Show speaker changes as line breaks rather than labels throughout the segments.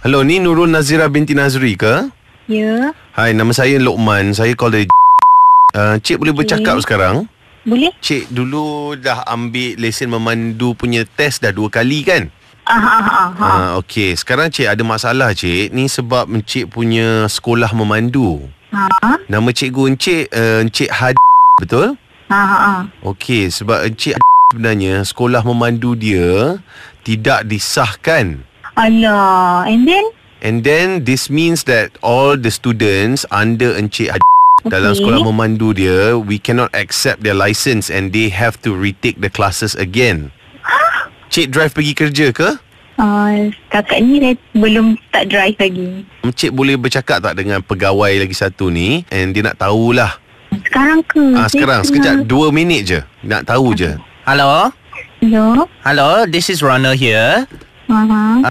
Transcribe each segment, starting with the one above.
Hello, ni Nurul Nazira binti Nazri ke?
Ya,
Hai, nama saya Lokman. Saya call dari uh, Cik boleh bercakap
Okey.
sekarang?
boleh?
Cik dulu dah ambil lesen memandu punya test dah dua kali kan?
Ah, ah, ah, ah.
Ha. Okey, sekarang Cik ada masalah Cik. Ni sebab Cik punya sekolah memandu.
Ha, ha,
Nama cikgu Encik, uh, Encik Had... Betul?
ha, ha.
Okey, sebab Encik sebenarnya sekolah memandu dia tidak disahkan.
Alah, and then?
And then this means that all the students under Encik Hadi dalam
Okey.
sekolah memandu dia, we cannot accept their license and they have to retake the classes again. Cik drive pergi kerja ke?
Uh, kakak ni saya belum tak drive lagi.
Encik boleh bercakap tak dengan pegawai lagi satu ni and dia nak tahulah.
Sekarang ke?
Ah
Saya
sekarang sekejap dua minit je. Nak tahu je.
Hello?
Hello?
Hello, this is Rana here.
Ha, ha.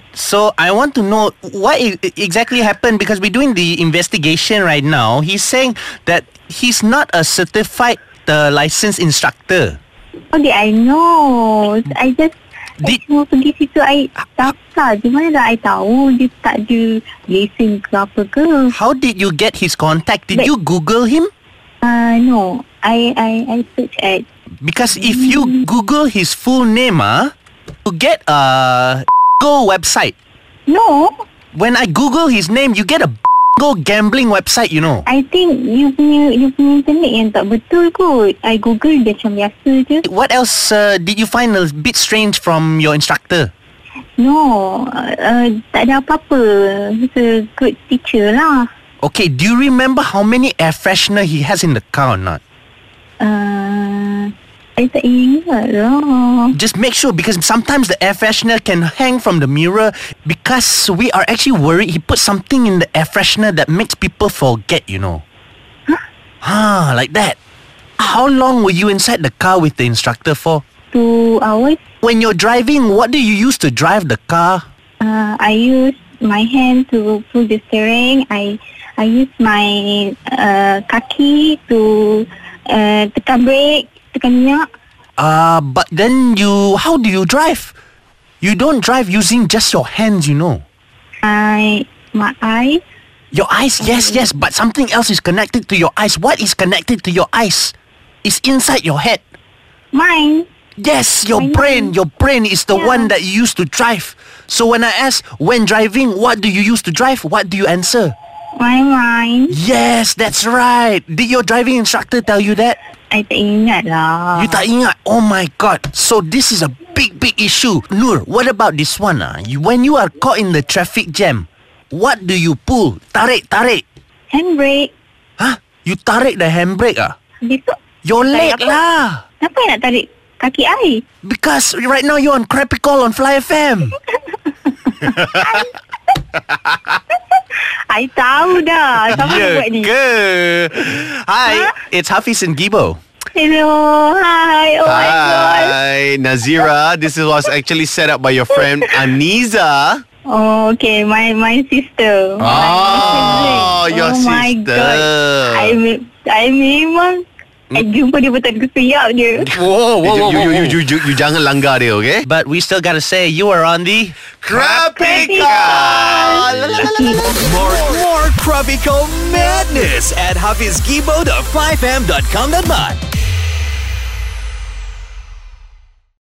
Ah.
Uh, so I want to know what I- exactly happened because we're doing the investigation right now. He's saying that he's not a certified uh, licensed instructor.
How did Oh, I know? I just...
Did-
Did... Semua pergi situ, I
Ah.
tak lah. Di mana dah I tahu dia tak ada lesen ke apa ke?
How did you get his contact? Did
Wait.
you Google him?
Uh, no, I I I search at
Because if you Google his full name, ah, you get a go website.
No,
When I Google his name, you get a go gambling website. You know.
I think you punya you punya internet yang tak betul kot. I google dia macam biasa je.
What else uh, did you find a bit strange from your instructor?
No, uh, tak ada apa-apa. He's a good teacher lah.
Okay, do you remember how many air freshener he has in the car or not?
Uh, I tak ingat lah.
Just make sure because sometimes the air freshener can hang from the mirror because we are actually worried he put something in the air freshener that makes people forget, you know. Huh? Ah, like that. How long were you inside the car with the instructor for?
Two hours,
When you're driving, what do you use to drive the car?
uh, I use my hand to pull the steering. I I use my uh, kaki to uh, tekan brake, tekan minyak.
Uh, but then you, how do you drive? You don't drive using just your hands, you know.
I my eyes.
Your eyes, yes, yes, but something else is connected to your eyes. What is connected to your eyes? It's inside your head.
Mine.
Yes, your
I know.
brain. Your brain is the
Yeah.
one that you use to drive. So when I ask, when driving, what do you use to drive? What do you answer?
My mind.
Yes, that's right. Did your driving instructor tell you that?
I tak ingat lah.
You tak ingat. Oh my god. So this is a big big issue. Nur, what about this one ah? You, when you are caught in the traffic jam, what do you pull? Tarik, tarik.
Handbrake.
Huh? You tarik the handbrake ah?
Dia tu
Your leg
Tarik apa?
lah.
Kenapa I nak tarik kaki I?
Because right now you're on Crappy Call on Fly FM.
I tahu dah Siapa
Ya,
yeah, buat ni
ke? Hi, it's Hafiz and Gibo.
Hello Hi Oh my god
Hi, Nazira. This is was actually set up by your friend Aniza.
Oh okay My my sister My sibling.
Oh, Ah, your
Oh my
sister.
god I, me- I memang
Hmm.
I jumpa dia betul aku siap dia
Whoa,
You, you, you, you, you, you, you jangan langgar dia, okay?
But we still gotta say you are on the
Krapika!
More, more Krabi Call madness at HafizGibo.5m.com.my.